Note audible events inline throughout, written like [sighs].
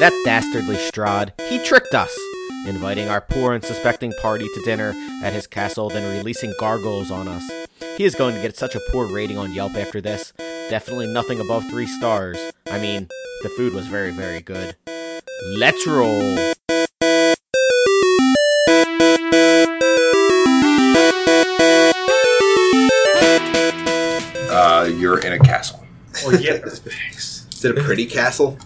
That dastardly Strahd, he tricked us, inviting our poor and suspecting party to dinner at his castle, then releasing gargoyles on us. He is going to get such a poor rating on Yelp after this. Definitely nothing above three stars. I mean, the food was very, very good. Let's roll! Uh, you're in a castle. [laughs] Oh yeah, thanks. Is it a [laughs] pretty castle?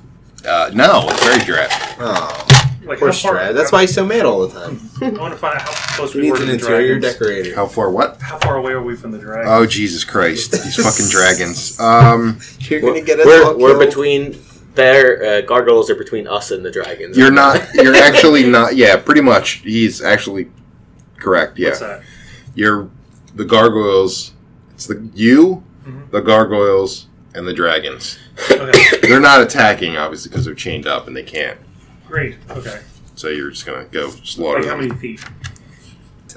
Uh, no, it's very drab. Oh, Like, poor how far- Strad. That's why he's so mad all the time. I want to find out how close He we were needs to an the interior dragons. decorator. How far? What? How far away are we from the dragon? Oh Jesus Christ! These fucking dragons. Um, You're gonna get us all We're, we're killed. between their uh, gargoyles are between us and the dragons. you're not. You're actually not. Yeah, pretty much. He's actually correct. Yeah. What's that? you're the gargoyles. It's the you, Mhm. the gargoyles, and the dragons. Okay, They're not attacking, obviously, because they're chained up and they can't. great. Okay, So you're just gonna go slaughter like how them. many feet?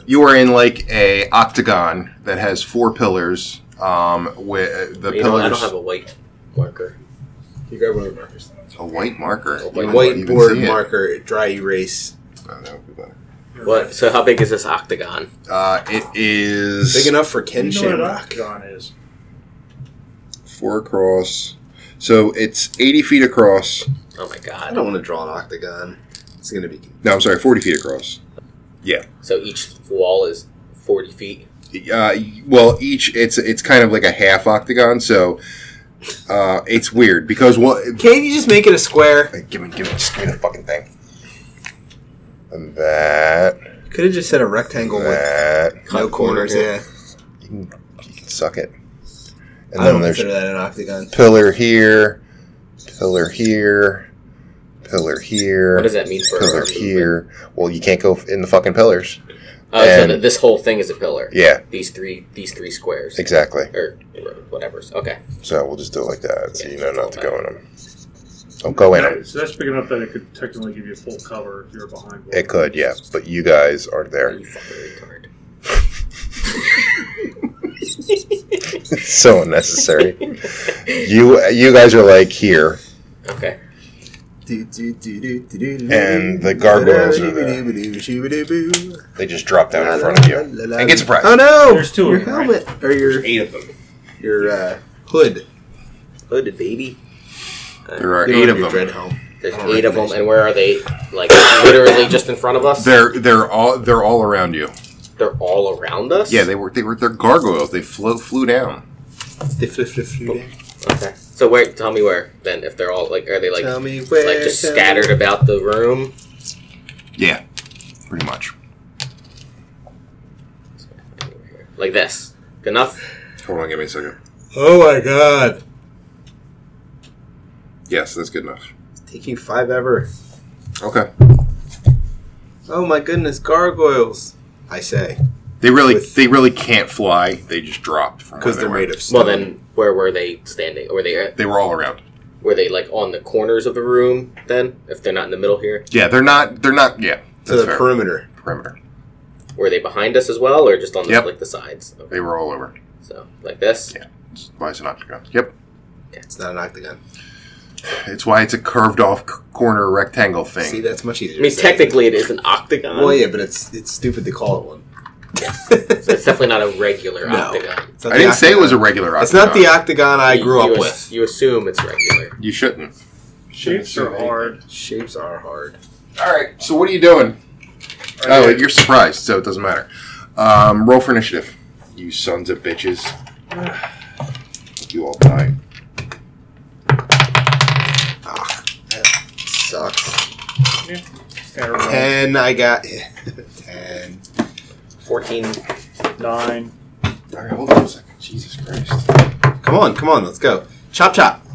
you are in like a octagon that has four pillars. Um, with the You know, I pillars don't have a white marker. You grab one of the markers. a, white marker, A You A don't white even board see it. marker, dry erase. Oh, that would be better. What? So how big is this octagon? Uh, it is Big enough for Ken You know what an Shamrock. octagon is? four across. So it's eighty feet across. Oh my I god! don't want to draw an octagon. It's gonna be. No, I'm sorry, forty feet across. So each wall is forty feet. uh, well each it's it's kind of like a half octagon so uh, it's weird because what Can't you just make it a square? give me give me just give me the fucking thing and that Could have just said a rectangle with that no corners. Yeah, you can, you can suck it and I then don't there's consider that an octagon. pillar here pillar here pillar here What does that mean for? our pillar movement? here well you can't go in the fucking pillars Oh, so And- that this whole thing is a pillar. yeah These three, these three squares, exactly or whatever's. Okay. so we'll just do it like that so Yeah, you know it's all not to bad. go in them don't go in them That- so that's big enough that it could technically give you full cover if you're behind. one. It could, yeah. But you guys aren't there. [laughs] You fucking retard. It's so [laughs] unnecessary. you you guys are like here. Okay. And And the gargoyles are [laughs] They just drop down in front of you. And get surprised. Oh no! There's two Your of them, right? helmet or your Eight of them. your uh, hood. Hooded baby. There are You eight of don't have your Dread them. helm. There's I don't eight of them, recognize and where are they? Like literally just in front of us. They're, They're they're all they're all around you. all around us. Yeah, they were they were they're gargoyles. They flew flew down. They flip, flip, flip. Okay. So where? Tell me where. Then, if they're all like, are they like, Tell me where. like just tell me- scattered about the room? Yeah, pretty much. Like this. Good enough. Hold on, give me a second. Oh my god! Yes, that's good enough. Take you five ever. Okay. Oh my goodness, gargoyles! I say They really With- they really can't fly. They just dropped from where because they they're were. made of stone. Well, then where were they standing? Were they They were all around. were they like on the corners of the room? Then, if they're not in the middle here, Yeah, they're not they're not yeah. to the fair. perimeter. perimeter. were they behind us as well, or just on the, Yep. like the sides? Okay. They were all over. So like this. Yeah. It's why it's an octagon. Yep. It's not an octagon. It's why it's a curved off c- corner rectangle thing. See, that's much easier. I mean, to say. technically, it is an octagon. Well, yeah, but it's it's stupid to call it one. [laughs] So it's definitely not a regular No. octagon. It's not I the didn't say it was a octagon. regular octagon. It's not the octagon I You- grew you up as- with. You assume it's regular. You shouldn't. Shapes are hard. Shapes are hard. All right. So what are you doing? Oh, Alright. you're surprised, so it doesn't matter. Um, roll for initiative. You sons of [sighs] bitches. You all die. Ah, that sucks. Terrible. Ten, I got [laughs] ten. Fourteen. Nine. All right. Hold on a second. Jesus Christ. Come on, come on, let's go. Chop chop. All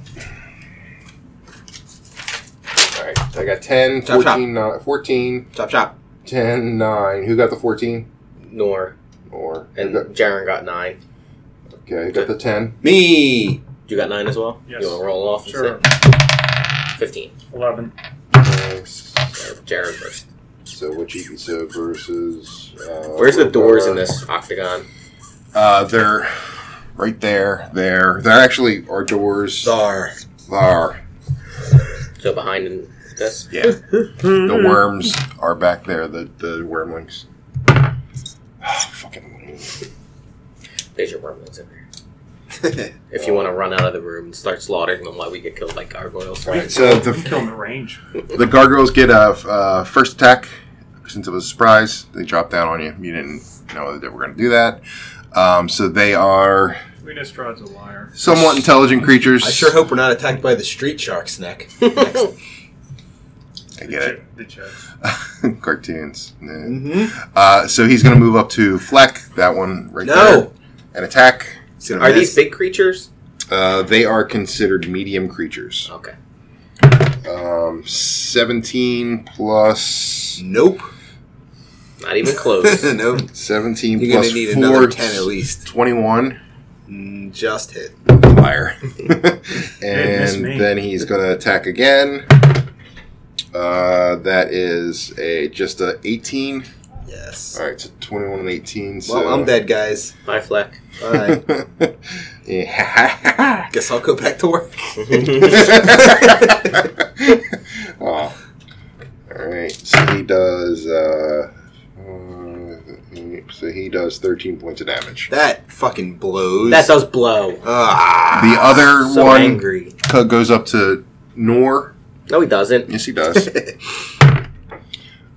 right. So I got 10, Chop, chop. 14, nine- 14, Chop chop. 10, 9. Who got the 14? Nor Or who and got, Jaren got nine. okay, who got the 10. Me. You got nine as well. Yes. You want to roll off? and Sure. say- Fifteen. Eleven. Nice. Jaren Jaren first. So what you so versus uh, Where's the doors in this? this octagon? Uh, they're right there. There. They're actually our doors Czar. are. So behind and This? Yeah. the worms are back there, the, the wormlings. Ah, Fucking lame. There's your wormlings over here. [laughs] If you want to run out of the room and start slaughtering them while we get killed like gargoyles. Alright, so You the, kill him at range. the gargoyles get a uh, first attack. Since it was a surprise, they drop down on you. You didn't know that they were going to do that. Um, so they are Winistrad's a liar. somewhat intelligent creatures. I sure hope we're not attacked by the street shark's [laughs] neck. Next. I The get it. chick- The checks. [laughs] Cartoons. Nah. Mm-hmm. Uh, so he's going to move up to Fleck, that one right there, No. and attack. It's gonna Are miss. these big creatures? Uh, they are considered medium creatures. Okay. Um, 17 plus Nope. Not even close. [laughs] nope. 17 You're plus gonna need 4 another ten at least. 21 Mm, just hit. [laughs] fire. missed and me. then he's going to attack again. Uh, that is a just a 18. Yes. All right, so 21 and 18. So. Well, I'm dead, guys. My fleck. [laughs] Bye. [laughs] Yeah. [laughs] Guess I'll go back to work. Mm-hmm. oh. All right. So he does. Uh, uh, so he does 13 points of damage. [laughs] That fucking blows. That does blow. Ah. The other So one angry. co- goes up to Nor. No, he doesn't. Yes, he [laughs] does.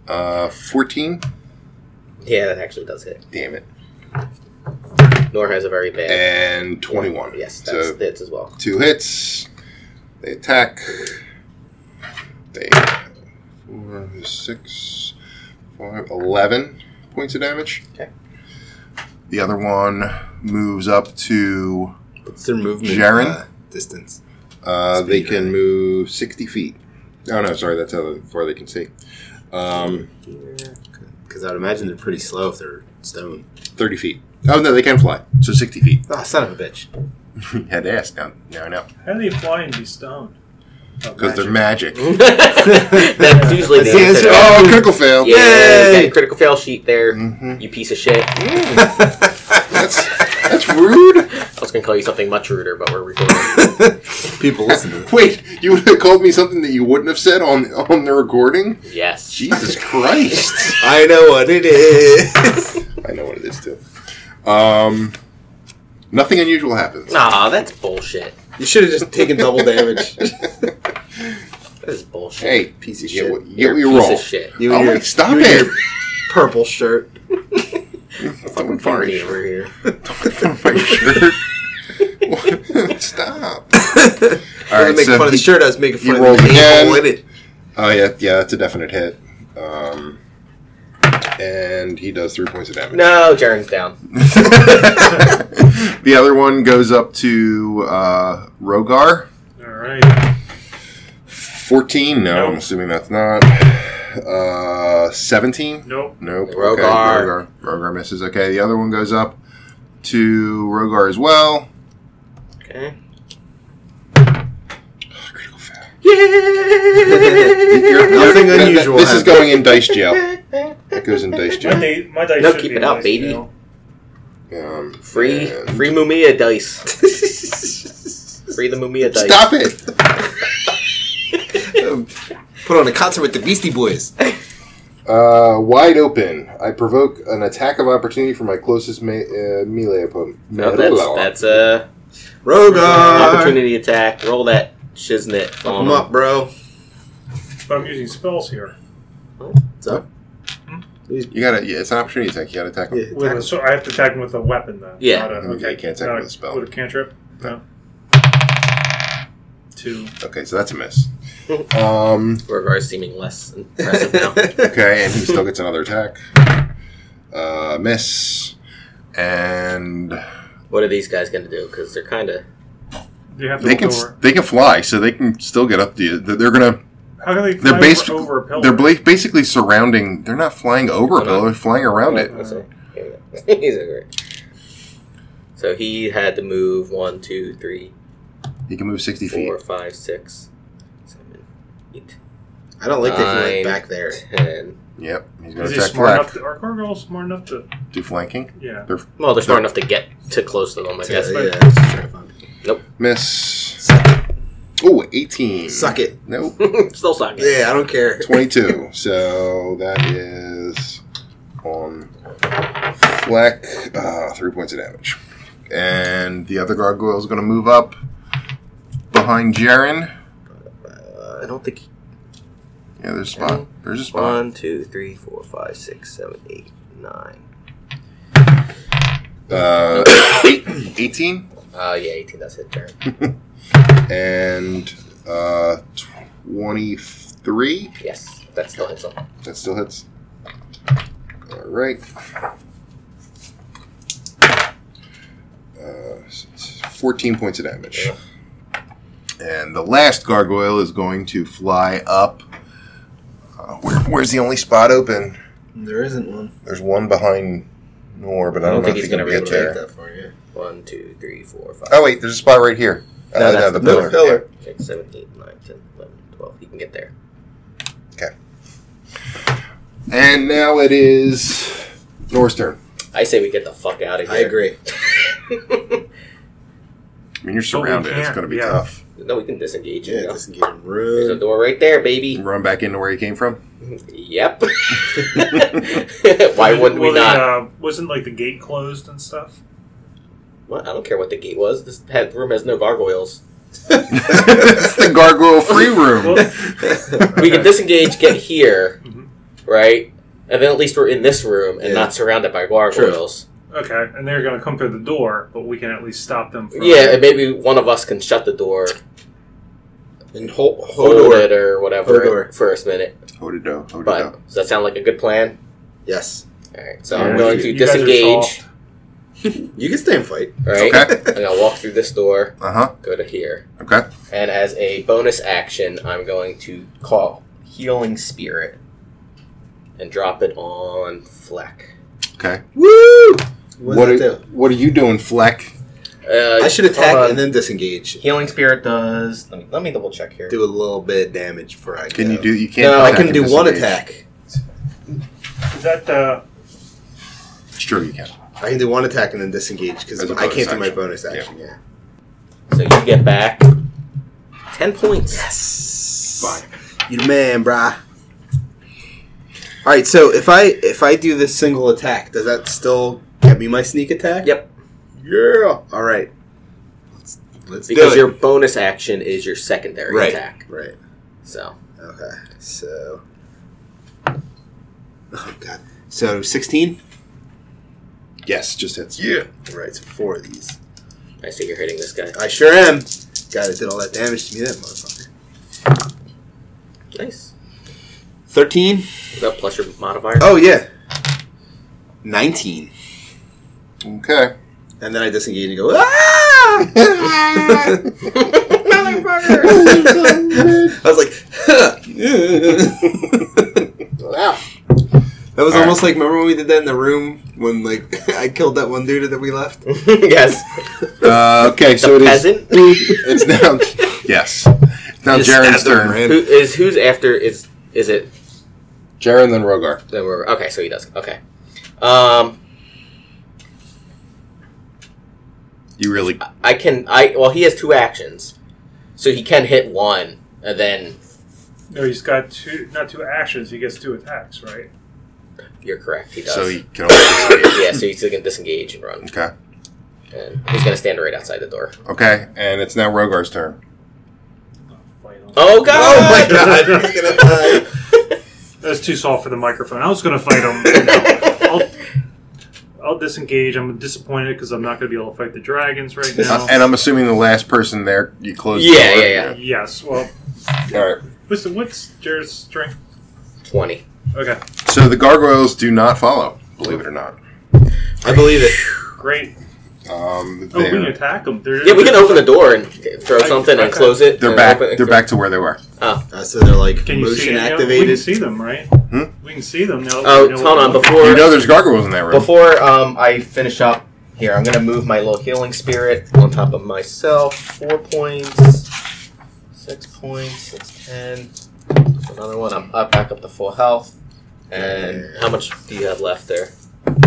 uh, 14. Yeah, that actually does hit. Damn it. Nor has a very bad. And 21. Yes, that's So hits as [laughs] well. two hits. They attack. They four, six, five, eleven points of damage. Okay. The other one moves up to. What's their movement? Jaren? uh, distance. Uh, they Speed, can right? move sixty feet. Oh no, sorry, that's how far they can see. Um, Because I'd imagine they're pretty slow if they're stone. thirty feet. Oh no, they can fly. So sixty feet. [laughs] Ah, son of a [laughs] bitch. Had to ask. Now, now I know How do they fly and be stoned? Oh, because they're magic. that's usually the That's the answer. answer. oh, critical fail! Yeah, Yay! got a critical fail sheet there. Mhm. You piece of shit. I That's that's rude. was gonna call you something much ruder, but [laughs] we're recording. People listen to this. Wait, you would have called me something that you wouldn't have said on on the recording? yes. Jesus [laughs] Christ! I know what it is. I know what it is too. Um, nothing unusual happens. Nah, that's bullshit. you should have just taken double damage. That is [laughs] bullshit. Hey, Piece of you shit. Get what you, You're get a what you piece roll. of shit. You Oh and my, your stop you and it! your purple shirt. Fucking Party fart. over here. [laughs] My shirt. What? stop. [laughs] All I right, make so fun of the he, shirt. I was making he fun of rolled the people again. [laughs] in it. oh yeah, yeah, that's a definite hit. Um, and he does three points of damage. No, Jaren's down. [laughs] the other one goes up to uh, Rogar. Alright. 14? No, I'm Nope. assuming that's not. Uh, 17? Nope. Nope. Okay, Rogar. Rogar. Rogar misses. Okay, the other one goes up to Rogar as well. Okay. Critical [laughs] fail. Nothing That- that- unusual This is happened. going in dice [laughs] jail. That goes in dice My, jail. day, my dice No, should keep be it up, nice, baby. you know. Um, Free, and- free Mumia dice. free the Mumia dice. Stop it! Put on a concert with the Beastie Boys. Uh, wide open. I provoke an attack of opportunity for my closest me- uh, melee opponent. No, that's that's a Rogar, opportunity attack. Roll that shiznit. come on Uh, up, bro. But I'm using spells here. What's up? You gotta, yeah, it's an opportunity attack. You gotta attack him. Yeah, With a, tackle. so I have to attack him with a weapon, then. Yeah. Not a, Mm, okay. you can't attack not him with a spell. With a cantrip? No. Two. Okay, so that's a miss. Um, Rogar's seeming [laughs] less impressive now. Okay, and he still gets another attack. Uh, miss. And what are these guys going to do? Because they're kind of. You have to they can look over. they can fly, so they can still get up to you. They're, they're gonna How can they fly they're bas- over, over a pillar? they're bla- basically surrounding. They're not flying over a They're not. pillar, they're flying around it. [laughs] He's a great. So he had to move one, two, three, He can move sixty feet. four, five, six, seven, eight, I don't like that he Nine. went back there. ten. Yep, he's gonna Is he attack smart enough flank. to, are gargoyles smart enough to? Do flanking. Yeah. Well, they're smart enough to get too close to them, I guess. yeah, but- [laughs] that's what I'm trying to find. Miss. Second. Oh, 18. Suck it. Nope. Still sucking. Yeah, I don't care. 22. so that is on Fleck, uh, three points of damage. And the other gargoyle is going to move up behind Jaren. Uh, I don't think. He, Yeah, there's a spot. There's a spot. one, two, three, four, five, six, seven, eight, nine. Uh, [coughs] 18 Uh, yeah, eighteen. That's it. Turn. and uh, 23. Yes, that still hits him. That still hits. All right. Uh, s- s- 14 points of damage. And the last gargoyle is going to fly up. Uh, where, where's the only spot open? There isn't one. There's one behind Nor, but I don't, know if he's going to gonna be get able there. to get That far, yeah. One, two, three, four, five. Oh, wait, there's a spot right here. Uh, No, that's the Another pillar. Six, seven, eight, nine, ten, eleven, twelve. He can get there. And now it is Nor's turn. Oh, I say we get the fuck out of here. I agree. I mean, you're But we surrounded. It's can't, going to be yeah. tough. No, we can disengage. Yeah, you know? listen, get him There's a rude. door right there, baby. Run back into where you came from. [laughs] Yep. [laughs] Why wouldn't we Well, the, not? Uh, wasn't like the gate closed and stuff? What? I don't care what the gate was. This head room has [laughs] no gargoyles. it's the gargoyle [laughs] free room. Well, [laughs] We can disengage, get here, mhm. right? And then at least we're in this room and Yeah. not surrounded by gargoyles. okay, and they're going to come through the door, but we can at least stop them. From Yeah, and maybe one of us can shut the door, And Ho- hold Hodor. it or whatever Hodor. for a minute. Hodido, Hodido. But does that sound like a good plan? [laughs] Yes. All right, so Yeah, I'm going you- to you guys are disengage. soft. You can stay and fight. All right, Okay. I'm gonna walk through this door, Uh huh. go to here, Okay. and as a bonus action, I'm going to call Healing Spirit and drop it on Fleck. Okay. Woo! What, What does are, that do? what are you doing, Fleck? Uh, I should attack hold on. and then disengage. Healing Spirit does. Let me, let me double check here. Do a little bit of damage before I Can go. you do? You can't. No, I attack can and do one disengage. attack. Is that uh, Sure, you can. I can do one attack and then disengage because As a I can't bonus do my action. bonus action. Yeah. So you get back ten points. Yes. You the man, brah. All right. So if I if I do this single attack, does that still get me my sneak attack? Yep. Yeah. All right. Let's, let's Because do your it. bonus action is your secondary Right. attack. right. So Okay. So. Oh god. So sixteen. Yes, just hits. Yeah. All right. So four of these. I see you're hitting this guy. I sure am. God, it did all that damage to me, that motherfucker. Nice. Thirteen. Is that plus your modifier? Oh yeah. Nineteen. Okay. And then I disengage and go, ah! [laughs] I [laughs] was like, huh. Wow. that was All almost like, remember when we did that in the room when, like, [laughs] I killed that one dude that we left? [laughs] yes. Uh, okay, so the it is. peasant [laughs] It's now. yes. It's now Just Jaren's stabbed turn. him, right? [laughs] who is who's after is is it Jaren, then Rogar. Then we're- okay, so he does. Okay. Um, You really. I can. I well, he has two actions, so he can hit one, and then no? He's got two, not two actions. He gets two attacks, right? you're correct. He does. So you can only. yeah, so he's gonna disengage and run, okay. and he's gonna stand right outside the door. Okay, and it's now Rogar's turn. Wait, hold on. Oh God! Oh my god, he's gonna die. That's too soft for the microphone. I was going to fight [laughs] him. I'll, I'll disengage. I'm disappointed because I'm not going to be able to fight the dragons right now. Uh, and I'm assuming the last person there, you close Oh. Yeah, the door. yeah, yes. Well, yeah. All right. listen. What's Jared's strength? Twenty. Okay, So the gargoyles do not follow, believe it or not. I believe it. great. Um, Oh, we can they're, attack them. They're, Yeah, we can open the door and throw something and close it. they're and back. open- They're back to where they were. Uh, so they're like Can you see motion it? Yeah, We can activated. see them, right? We can see them now. that Oh, we know hold on. what- Before You know there's gargoyles in that room. Before um, I finish up here, I'm going to move my little healing spirit on top of myself. Four points, six points, that's ten. Another one. I'm up, back up to full health. And how much do you have left there?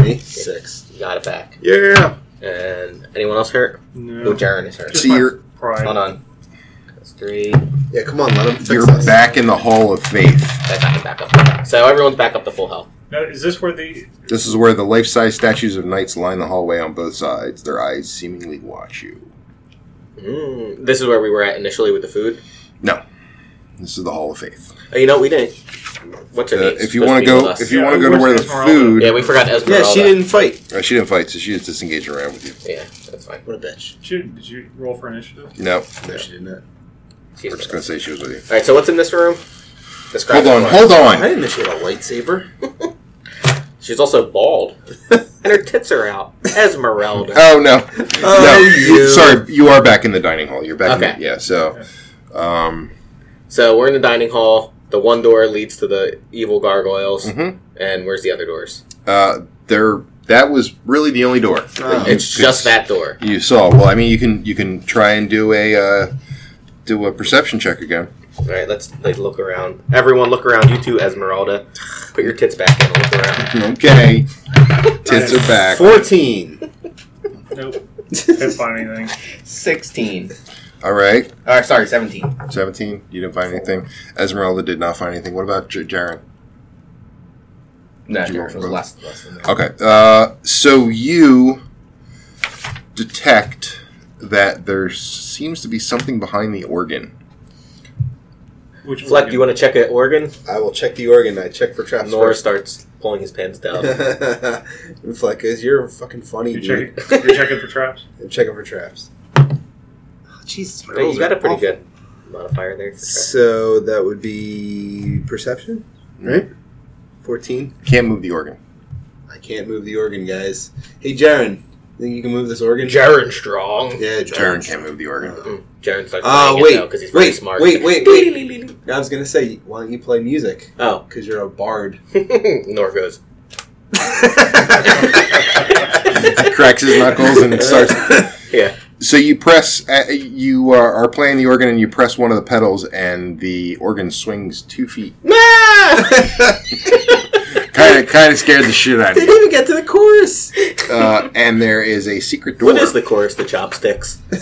Me? Six. You got it back. Yeah. And anyone else hurt? No, No. Jaren is hurt. See, you're, Pride. Hold on. That's three. Yeah, come on, let him fix You're us. back in the hall of faith. That's not back up. So everyone's back up to full health. Now, is this where the This is where the life size statues of knights line the hallway on both sides, their eyes seemingly watch you. Mm. This is where we were at initially with the food. This is the Hall of Faith. Oh, you know we didn't. What's her Uh, name? if you want to go, if you Yeah, want to who go to was where the this Esmeralda? food, yeah, we forgot Esmeralda. Yeah, she didn't fight. uh, she didn't fight, so she just disengaged around with you. Yeah, that's fine. What a bitch. did you, did you roll for initiative? No, No, she did not. She's we're just gonna say she was with you. All right, so what's in this room? Describe Hold it on, for us. hold I on. didn't know she had a lightsaber. She's also bald, [laughs] and her tits are out. Esmeralda. [laughs] Oh no, no. you. Sorry, you are back in the dining hall. You're back. In Okay. the, yeah. So, um, So we're in the dining hall. The one door leads to the evil gargoyles, mhm. and where's the other doors? uh, there. That was really the only door. that Oh. It's just that door. you saw. Well, I mean, you can you can try and do a uh, do a perception check again. All right, let's like, look around. Everyone, look around. You too, Esmeralda. Put your tits back in and look around. [laughs] Okay, tits are back. 14. [laughs] Nope. Couldn't find anything. Sixteen. All right. All right, sorry, seventeen. 17. You didn't find anything. Esmeralda did not find anything. What about J- Jaren? No, Did you roll it was for less, less than that. Okay. Uh, so you detect that there seems to be something behind the organ. Which Fleck, do you want to check an organ? I will check the organ. I check for traps [laughs] Nora starts pulling his pants [laughs] down. first. Fleck is you're fucking funny, You're dude. checking, you're checking for traps. I'm checking for traps. Jesus, Hey, you got a pretty good modifier there. For So that would be perception, right? 14. Can't move the organ. I can't move the organ, guys. Hey, Jaren, think you can move this organ? Jaren Strong. Yeah, Jaren. Jaren can't move the organ. [laughs] Mm, [clears throat] Jaren starts. Oh, playing it, wait, though, 'cause he's very wait, smart. wait, wait, [laughs] wait. I was gonna say, why don't you play music? Oh, [laughs] Because you're a bard. Nor goes. Cracks his knuckles and starts. [laughs] Yeah. So you press. Uh, you are, are playing the organ and you press one of the pedals and the organ swings two feet. Kind of, kind of scared the shit out of They you. [laughs] didn't even get to the [laughs] chorus. [laughs] Uh, and there is a secret door. What is the chorus? The chopsticks. Out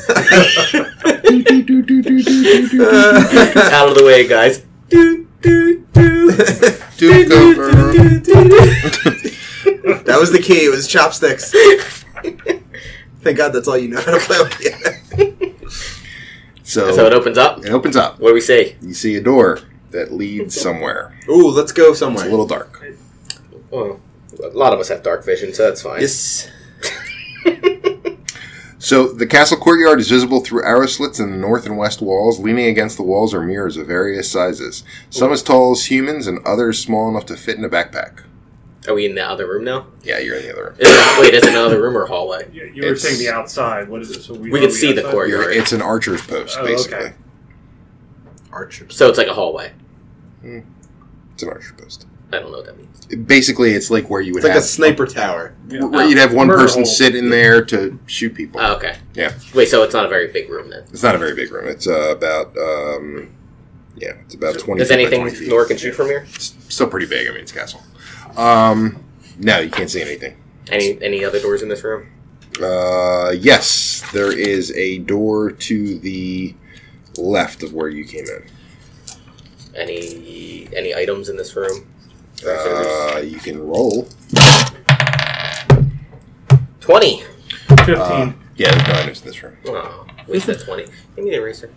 of the way, guys. Do, do, do. Duke over. that was the key. It was chopsticks. Thank God, that's all you know how to play on piano. So, So it opens up. it opens up. What do we say? You see a door that leads somewhere. Ooh, let's go It's somewhere. a little dark. Well, a lot of us have dark vision, so that's fine. yes. So the castle courtyard is visible through arrow slits in the north and west walls. Leaning against the walls are mirrors of various sizes, some as tall as humans, and others small enough to fit in a backpack. Are we in the other room now? Yeah, you're in the other room. Is it, [coughs] wait, is it another room or hallway? You, you were It's- saying the outside. What is it? So we, We are can see the outside? court. You're, it's an archer's post, Oh, basically. okay. Archers. So it's like a hallway. It's an archer's post. I don't know what that means. Basically, it's like where you would It's like a have sniper tower. Yeah. where you'd have one Murder person hole. sit in there to shoot people. Oh, okay. Yeah. Wait, so it's not a very big room then? It's not a very big room. It's uh, about um, yeah, it's about twenty. Does feet by anything 20 feet. Nora can shoot from here? It's still pretty big. I mean, it's a castle. Um, no, you can't see anything. Any any other doors in this room? Uh, yes, there is a door to the left of where you came in. Any any items in this room? Uh, you can roll. Twenty. Fifteen. Uh, yeah, there's no items in this room. Oh, waste that twenty. Give me the eraser.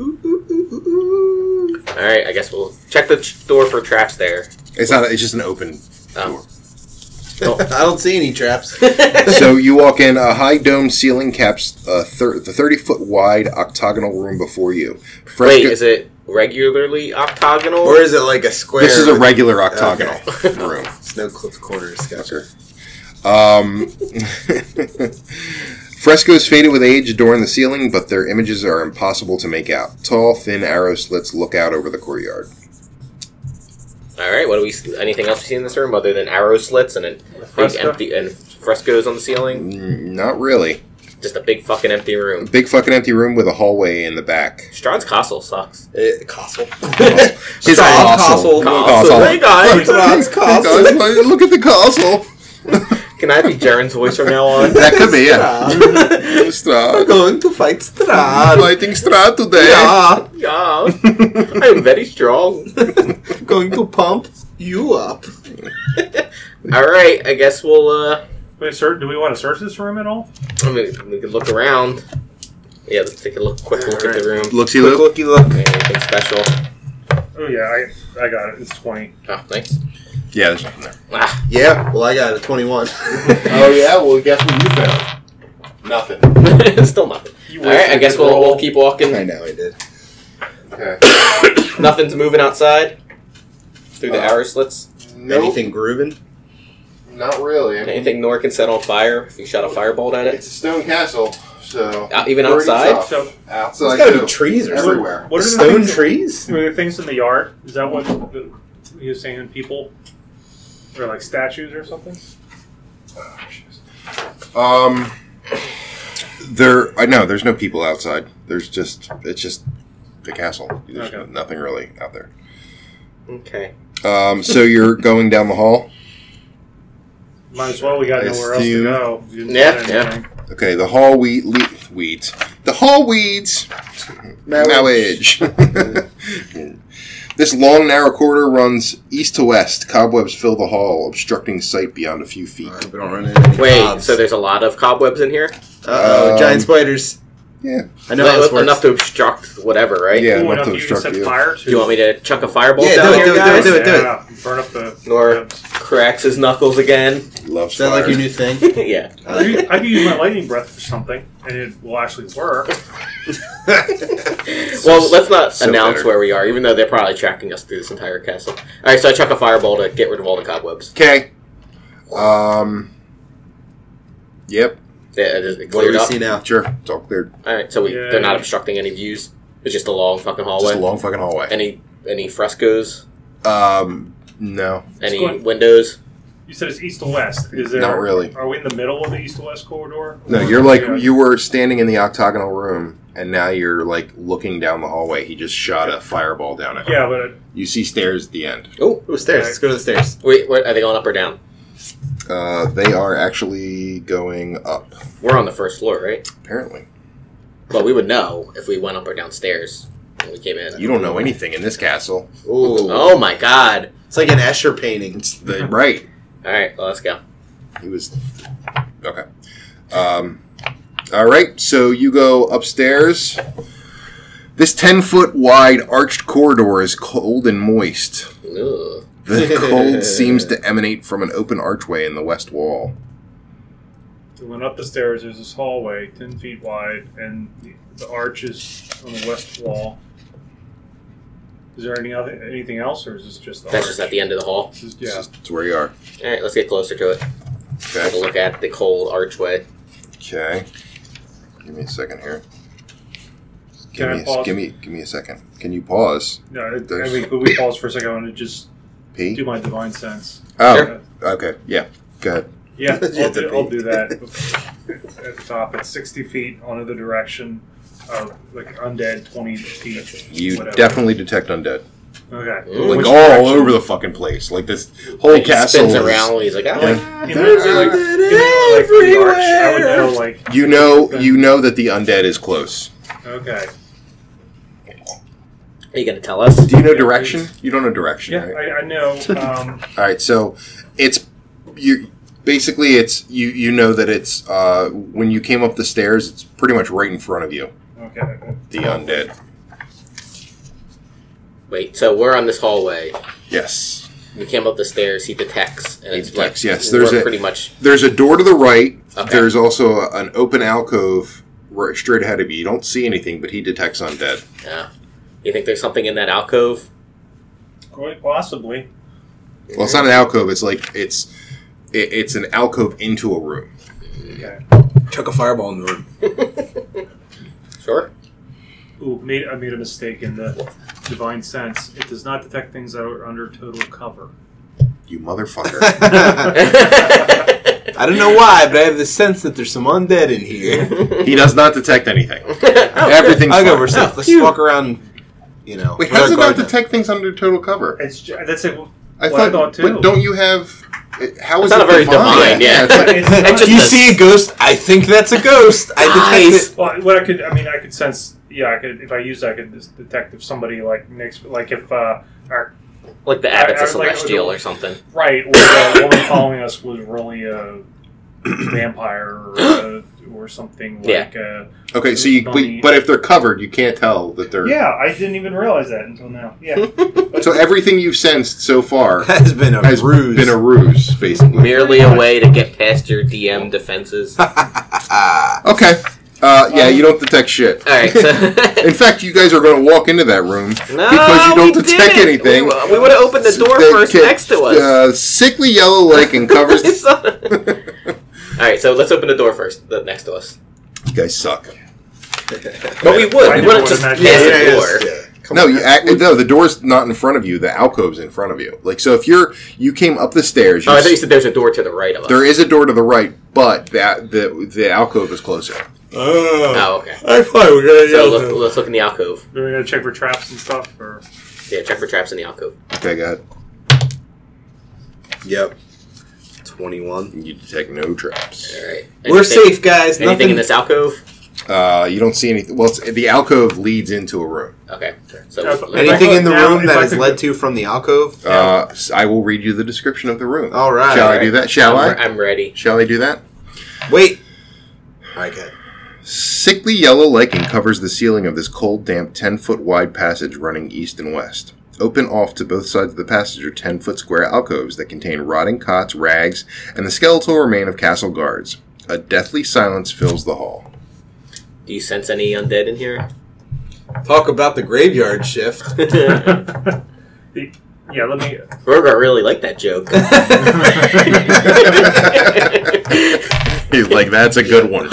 Ooh, ooh, ooh, ooh, ooh. All right, I guess we'll check the ch- door for traps there. It's not. It's just an open door. Oh. I don't see any traps. [laughs] so you walk in. A high dome ceiling caps uh, thir- the thirty foot wide octagonal room before you. Wait, Fresco- is it regularly octagonal? Or is it like a square? this is a with regular octagonal Okay. [laughs] room. no clipped corners. Gotcha. Um, [laughs] frescoes faded with age adorn the ceiling, but their images are impossible to make out. Tall, thin arrow slits look out over the courtyard. All right. What do we? s- Anything else we see in this room other than arrow slits and a big Fresco? empty and frescoes on the ceiling? Mm, Not really. Just a big fucking empty room. Big fucking empty room with a hallway in the [laughs] back. Strahd's castle sucks. It, Uh, castle. [laughs] His Castle. castle. [laughs] Castle. Oh, Hey guys. Strahd's castle. Hey, guys, look at the castle. Can I be Jaren's voice from now [laughs] on? That could be, yeah. Strahd. We're Strahd. going to fight Strahd. Fighting Strahd today. [laughs] Yeah, yeah, I am very strong. [laughs] going to pump you up. All right, I guess we'll. uh Wait, sir, do we want to search this room at all? I mean, we could look around. Yeah, let's take a look, quick look at the room. Looksy Quick look. looky look. Yeah, anything special? Oh yeah, I I got it. It's twenty. Oh, [laughs] thanks. Yeah, there's nothing there. Ah, Yeah, well, I got a 21. oh yeah, well guess what you found? Nothing. still nothing. You All right, I guess we'll, we'll keep [laughs] I walking. know I did. Okay. Nothing's moving outside through the Uh, arrow slits. Nope, Anything grooving? Not really. I mean, Anything Nor can set on fire if you shot a firebolt at it's it. a stone castle, so Out, even Pretty outside. tough. So, outside There's gotta too. be trees or something. uh, everywhere. what are the Stone things? trees? Were there things in the yard? Is that what the- you were saying? People or like statues or something? Um, there. I know there's no people outside. There's just it's just the castle. There's Okay. nothing really out there. Okay. Um, so you're [laughs] going down the hall. Might as well. We got I nowhere else assume- to go. You didn't Yeah, find yeah. anything. Okay, the hall wheat le- weeds. The hall weeds. Marriage. [laughs] this long, narrow corridor runs east to west. Cobwebs fill the hall, obstructing sight beyond a few feet. Alright, we don't run into any Wait, cobs. so there's a lot of cobwebs in here? Uh-oh, Um, giant spiders. yeah. I know Well, how this works. enough to obstruct whatever, right? Yeah, Cool enough enough to you can obstruct set you. fire to. Do you want me to chuck a firebolt Yeah, do down it, here, do it, do guys? do it, do it. yeah, Burn up the. Nor- Yep. Cracks his knuckles again. [laughs] Loves Is that like fire. your new thing? Uh, yeah. I could- I could use my lightning breath for something, and it will actually work. Well, let's not so announce bitter. where we are, even though they're probably tracking us through this entire castle. All right, so I chuck a fireball to get rid of all the [laughs] cobwebs. Okay. Um. Yep. Yeah, it, is- what it do cleared we up. see now? Sure. It's all cleared. All right, so we, Yeah. they're not obstructing any views. It's just a long fucking hallway. Just a long fucking hallway. any any frescoes? Um. No. Any going- windows? You said it's east to west. Is there? Not really. Are we in the middle of the east to west corridor? No. Or- You're like Yeah. you were standing in the octagonal room, and now you're like looking down the hallway. He just shot a fireball down it. Yeah, but it- You see stairs at the end. Oh, Ooh, stairs. Let's go to the stairs. wait, wait, are they going up or down? Uh, they are actually going up. We're on the first floor, right? Apparently, Well, we would know if we went up or downstairs when we came in. you don't know anything in this castle. Ooh. Oh my god! It's like an Escher painting. [laughs] It's the right. All right, well, let's go. He was okay. Um, all right, so you go upstairs. This ten foot wide arched corridor is cold and moist. Ugh. [laughs] The cold seems to emanate from an open archway in the west wall. we went up the stairs. There's this hallway, ten feet wide, and the- the arch is on the west wall. Is there any other, anything else, or is this just the That's arch? just at the end of the hall. This is- It's yeah. just- it's where you are. All right, let's get closer to it. Take a Okay. look at the cold archway. Okay. Give me a second here. Give Can I me a, pause? Give me. Give me a second. Can you pause? No, I I There's- mean, could we pause for a second? I want to just do P. my divine sense. Oh. Sure. Okay. Yeah. Go ahead. [laughs] Yeah, You I'll have to do, I'll pee. do that. At the top, it's 60 feet on the direction of like undead, 20 feet. You whatever. definitely detect undead. Okay. Ooh. like Which all direction? over the fucking place. Like this whole He castle. spins is- around. He's like, oh, Yeah. You know, like, you know, like, the arch, I would know, like, You know, you know that the undead is close. okay. are you gonna tell us? Do you know Yeah, direction? You don't know direction, Yeah, [laughs] right? I, I know. Um, all right, so it's you. Basically, it's you. You know that it's uh, when you came up the stairs. It's pretty much right in front of you. okay. The undead. Wait, so we're on this hallway. Yes. We came up the stairs. He detects, and He it's detects, like, yes, there's we're a- pretty much There's a door to the right. Okay. There's also a, an open alcove right straight ahead of you. You don't see anything, but he detects undead. Yeah. You think there's something in that alcove? Quite possibly. Well, it's not an alcove. It's like it's it, it's an alcove into a room. Okay. Chuck a fireball in the [laughs] room. [laughs] Sure. Ooh, made, I made a mistake in the divine sense. It does not detect things that are under total cover. You motherfucker. [laughs] I All don't know why, but I have the sense that there's some undead in here. he does not detect anything. Oh, Everything's I'll go fine. over stuff. Let's Cute. walk around, you know. [laughs] Wait, with how does our it not guard detect things under total cover? It's ju- that's it. I Well, I thought, thought too. but don't you have it- how is It's not it a very divine, yeah. it's like- [laughs] It's not I just- you see a ghost. I think that's a ghost. I Nice. detect it. Well, what I could, I mean, I could sense. Yeah, I could. If I used, that, I could just detect if somebody like next, like if uh, our Like the I- abbot's a I would like- celestial or something. right or the woman following us was really a [coughs] vampire or, uh or something like. Yeah. okay, so you Bunny. but, but if they're covered, you can't tell that they're. yeah, I didn't even realize that until now. Yeah. So everything you've sensed so [laughs] far Has been a has ruse. been a ruse, basically. Merely a way to get past your [laughs] DM defenses. All Okay. Uh, yeah, you don't detect shit. right, so [laughs] In fact, you guys are going to walk into that room [laughs] no, because you don't we detect didn't. anything. We, would have opened the door They first ca- next to us. Uh, sickly yellow lichen covers. [laughs] It's [laughs] not- All right, so let's open the door first. The next to us. you guys suck. But we would. I We never wouldn't would've just pass imagined that. Yeah, the yeah, door. no, you, ac no, the door's not in front of you. The alcove's in front of you. Like so, if you're you came up the stairs, Oh, you I thought you s- said there's a door to the right of us. there is a door to the right, but that the the alcove is closer. Oh, okay. I thought we were gonna So yell look, to- let's look in the alcove. Do we gotta check for traps and stuff? Or [laughs] Yeah, check for traps in the alcove. Okay, got it. Yep. Twenty-one. you detect no traps. All right. we're Anything- safe, guys. Anything Nothing. in this alcove? Uh, you don't see anything. Well, it's, the alcove leads into a room. Okay. So If- let's- anything in the Now, room if that I is could- led to from the alcove. Uh, s- I will read you the description of the room. All right. Shall All I do right. that? Shall I'm, I? I'm ready. Shall I do that? Wait. All right, good. Sickly yellow lichen covers the ceiling of this cold, damp, 10 foot wide passage running east and west. Open off to both sides of the passage are 10 foot square alcoves that contain rotting cots, rags, and the skeletal remain of castle guards. A deathly silence fills the hall. Do you sense any undead in here? [laughs] Talk about the graveyard [laughs] shift. yeah, let me. Rogar really liked that joke. [laughs] [laughs] He's like, that's a good [laughs] one.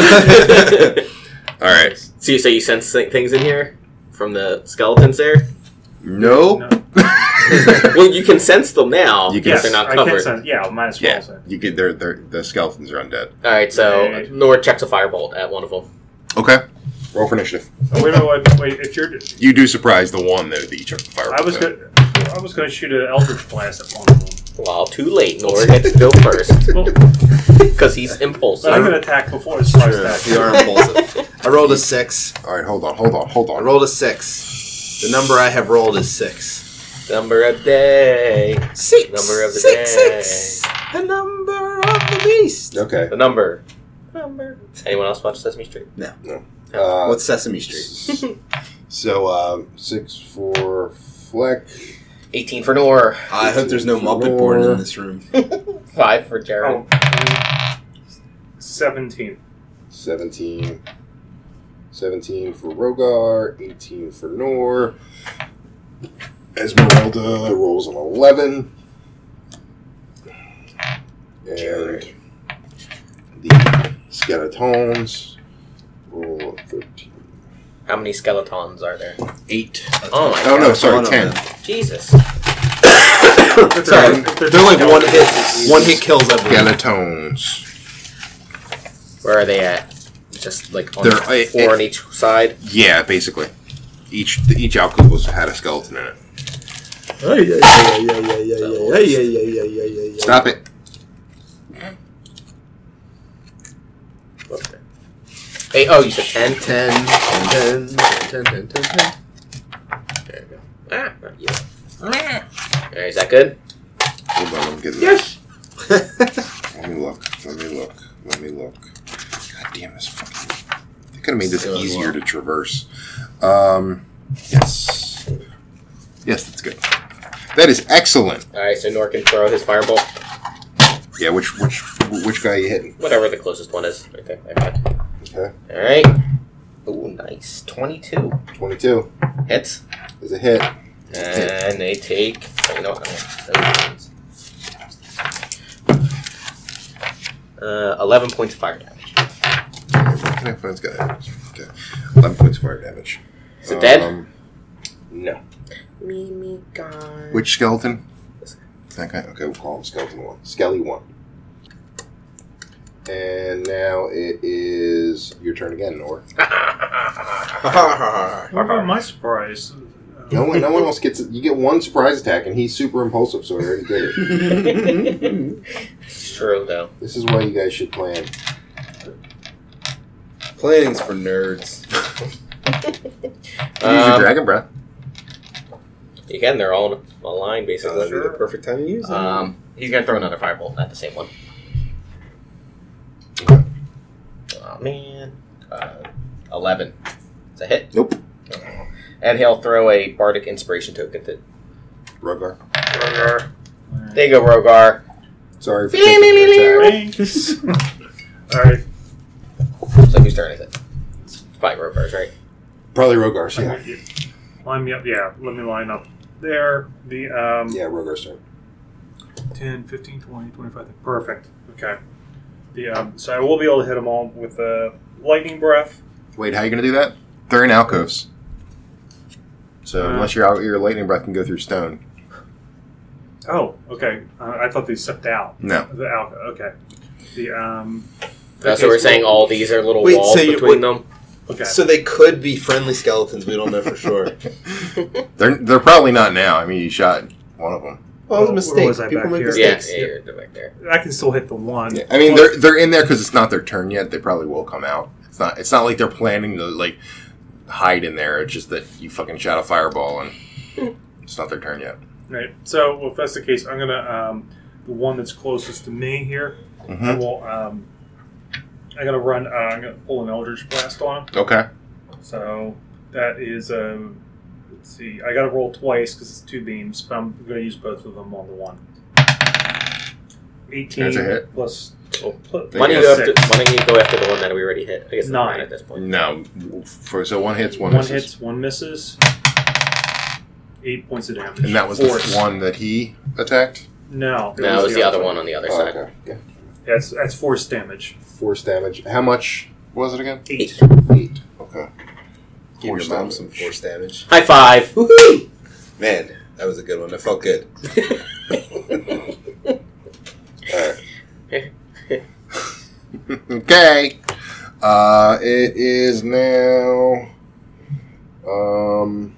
All right. so you say you sense thi- things in here from the skeletons there? No. No. Well, you can sense them now. You can Yes, because they're not I covered. can sense. Yeah, minus [laughs] one. Yeah. You get they're, they're, the skeletons are undead. All right, so Right. Nord checks a firebolt at one of them. Okay. Roll for initiative. Oh, wait, wait, wait, wait. If you're, You do surprise the one, though, that you took the fire. I was gonna, I was gonna shoot an eldritch blast at one of them. Well, too [laughs] late. Nord gets to go first Well, because he's but I'm impulsive. gonna attack before it's slice attack. You are impulsive. I rolled a six. All right, hold on, hold on, hold I on. rolled a six. The number I have rolled is six. Number of day. Six. Number of the six, day. six. The number of the beast. Okay. The number. Number. Anyone else watch Sesame Street? Uh, What's Sesame Street? [laughs] So uh, six for Fleck. 18 for Nor. I hope there's no Muppet born in this room. 5 for Jared. Oh, Seventeen. 17. 17 for Rogar. 18 for Nor. Esmeralda rolls an 11. And the Skeletones roll a 13. How many skeletons are there? 8. Oh my Oh, no, god. sorry, One of 10. them. Jesus. Sorry, they're like one hit. One hit kills everyone. Skeletones. Where are they at? Just like on They're- four I- on each side. Yeah, basically. Each each alcove was had a skeleton in it. Stop it. Okay. Hey, oh, you said ten. Ten, ten, ten, ten, ten, ten, ten. There you go. Ah, not you. All right, is that good? Hold on, I'm getting yes. Let me look. Let me look. Let me look. God damn this fucking. They could have made this So easier to traverse. Um, yes. Yes, that's good. That is excellent. All right, so Nor can throw his fireball, Yeah, which which which guy are you hitting? whatever the closest one is. Right there. Okay. Okay, All right. Ooh, nice. Twenty-two twenty-two hits, is a hit. and they take. oh, You know what? I'm gonna- those ones. Uh, eleven points of fire damage. Okay, where can I find this guy? Okay, eleven points of fire damage. Um, Is it dead? No. Me, me, [laughs] God. Which skeleton? That guy. Okay, we'll call him skeleton one. Skelly one. And now it is your turn again, Nor. [laughs] Uh-huh. What about my surprise? Uh, No one, no one else gets it. You get one surprise attack, and he's super impulsive, so I already did it. [laughs] It's true, though. This is why you guys should plan. Planning's for nerds. You use your Um, dragon breath. You can. They're all in a a So line, Oh, basically. that'd be the perfect time to use Uh, it. Um, he's gonna throw another fireball at the same one. Oh man, uh, eleven. It's a hit. Nope. And he'll throw a bardic inspiration token. To, Rogar. Rogar. there you go, Rogar. Sorry for taking your attack. Thanks. All right. So whose turn is it? It's five Rogars, right? Probably Rogar's, I'm yeah. with you. Line me up. Yeah, let me line up there. The um, Yeah, Rogar's turn. 10, 15, 20, 25. Perfect. Okay. The um, so I will be able to hit them all with the lightning breath. Wait, how you going to do that? They're in alcoves. So Uh. unless your al- your lightning breath can go through stone. Oh, okay. Uh, I thought they stepped out. No. The alka. Okay. The um. Uh, so we're saying all these are little Wait, walls so you- between them. Okay. So they could be friendly skeletons. We don't know [laughs] [laughs] for sure. They're they're probably not now. I mean, you shot one of them. well, it was a Where mistake. was I People back make here? Yeah, mistakes. yeah, you're back there. I can still hit the one. I mean, Well, they're they're in there because it's not their turn yet. They probably will come out. It's not it's not like they're planning to like hide in there. It's just that you fucking shot a fireball and it's not their turn yet. Right. So if that's the case, I'm gonna um, the one that's closest to me here. I hmm will. Um, I gotta run. Uh, I'm gonna pull an Eldritch Blast on. him. Okay. So that is a. Let's see. I gotta roll twice because it's two beams, but I'm gonna use both of them on the one. Eighteen That's a hit. plus. Oh, pl- They Why don't you got go plus after? six. Why don't you go after the one that we already hit? I guess it's Nine. nine at this point. No. For, so one hits, one, One misses. hits, one misses. Eight points of damage. And that was Force. the one that he attacked? No, it No, it was the other one on the other Oh, side. okay. Yeah. That's that's force damage. Force damage. How much was it again? Eight. Eight. Okay. Give your Force mom some damage. force damage. High five. Woohoo! Man, that was a good one. That felt good. [laughs] okay. Uh, it is now um,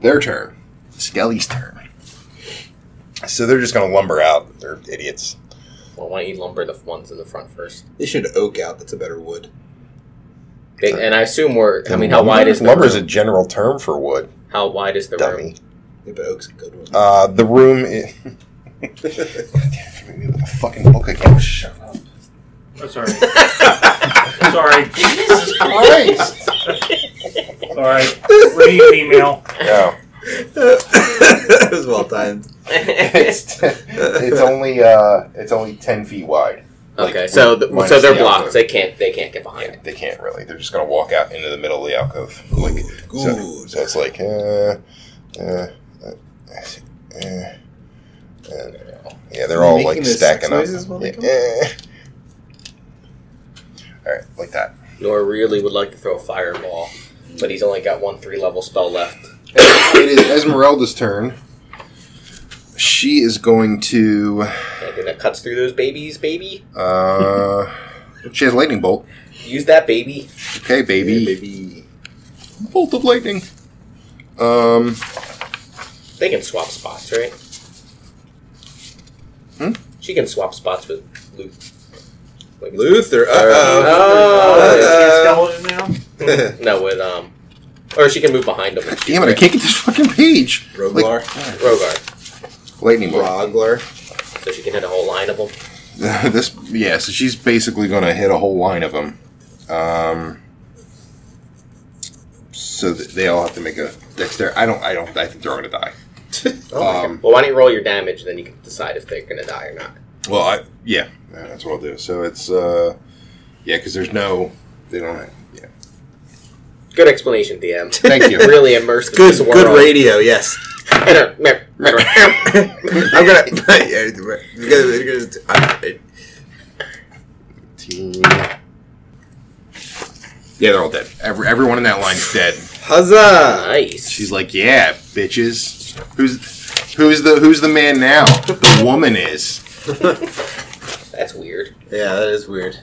their turn. Skelly's turn. So they're just going to lumber out. They're idiots. Well, why don't you lumber the ones in the front first? They should oak out. That's a better wood. Big, and I assume we're. I mean, how wide is the lumber? Is room? a general term for wood, How wide is the dummy. room? Yeah, but oak's a good one. Uh, the room. [laughs] Is... Damn, the fucking book again. [laughs] Shut up. Oh, [laughs] sorry. sorry. Jesus Christ. Sorry. Read email. No, [coughs] it was well timed. [laughs] it's it's only uh it's only ten feet wide. [laughs] okay, Like, so with the, minus so they're the blocked. alcove. They can't. They can't get behind. Yeah, they can't really. They're just gonna walk out into the middle of the alcove. Like Good, so, good. so it's like uh, uh, uh, uh, and, yeah, they're all like Making those stacking up. sex noises while they Yeah, come? eh. All right, like that. Nor really would like to throw a fireball, but he's only got one three level spell left. it is Esmeralda's turn. She is going to. Anything that cuts through those babies, baby. Uh, she has lightning bolt. Use that baby. Okay, baby. Yeah, baby. Bolt of lightning. Um, They can swap spots, right? Hmm? She can swap spots with Luke. Like, Luther. Uh uh, oh. Oh. Skeleton now. No, with um, or she can move behind him. damn it! I can't get this fucking page. Roglar. Rogar, Lightning bolt. Roglar. so she can hit a whole line of them. [laughs] this yeah so she's basically gonna hit a whole line of them um so th- they all have to make a dexter i don't i don't i think they're all gonna [laughs] die um Well, why don't you roll your damage, then you can decide if they're gonna die or not. well i yeah yeah, that's what i'll do so it's uh yeah because there's no they don't have, yeah Good explanation, [laughs] DM. Thank you. [laughs] really immersed in Good, this world. good radio, yes. rating. I'm gonna. [laughs] yeah, we're- we're gonna- I- Team. yeah they're all dead Every, everyone in that line's dead Huzzah! nice. she's like yeah bitches who's who's the who's the man now the woman is That's weird. Yeah, that is weird.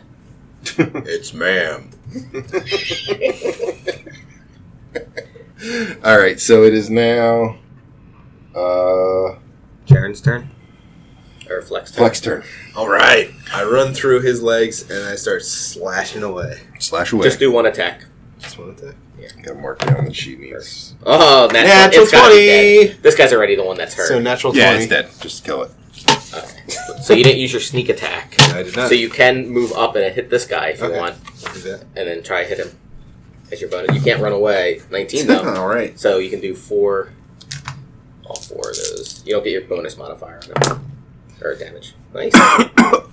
it's ma'am. [laughs] All right, so it is now uh, Karen's turn. Or Flex turn. Flex turn. All right. I run through his legs and I start slashing away. Slash away. Just do one attack. Just one attack. Gotta mark down that she needs. Oh, natural, Natural it's gotta be dead. 20. This guy's already the one that's hurt. So natural Yeah, twenty. it's dead. Just kill it. So you didn't use your sneak attack. I did not. So you can move up and hit this guy if you Okay. want, do that. and then try hit him as your bonus. You can't run away. [laughs] Nineteen though, [laughs] All right. so you can do four, all four of those. You don't get your bonus modifier on them or damage. Nice. [coughs]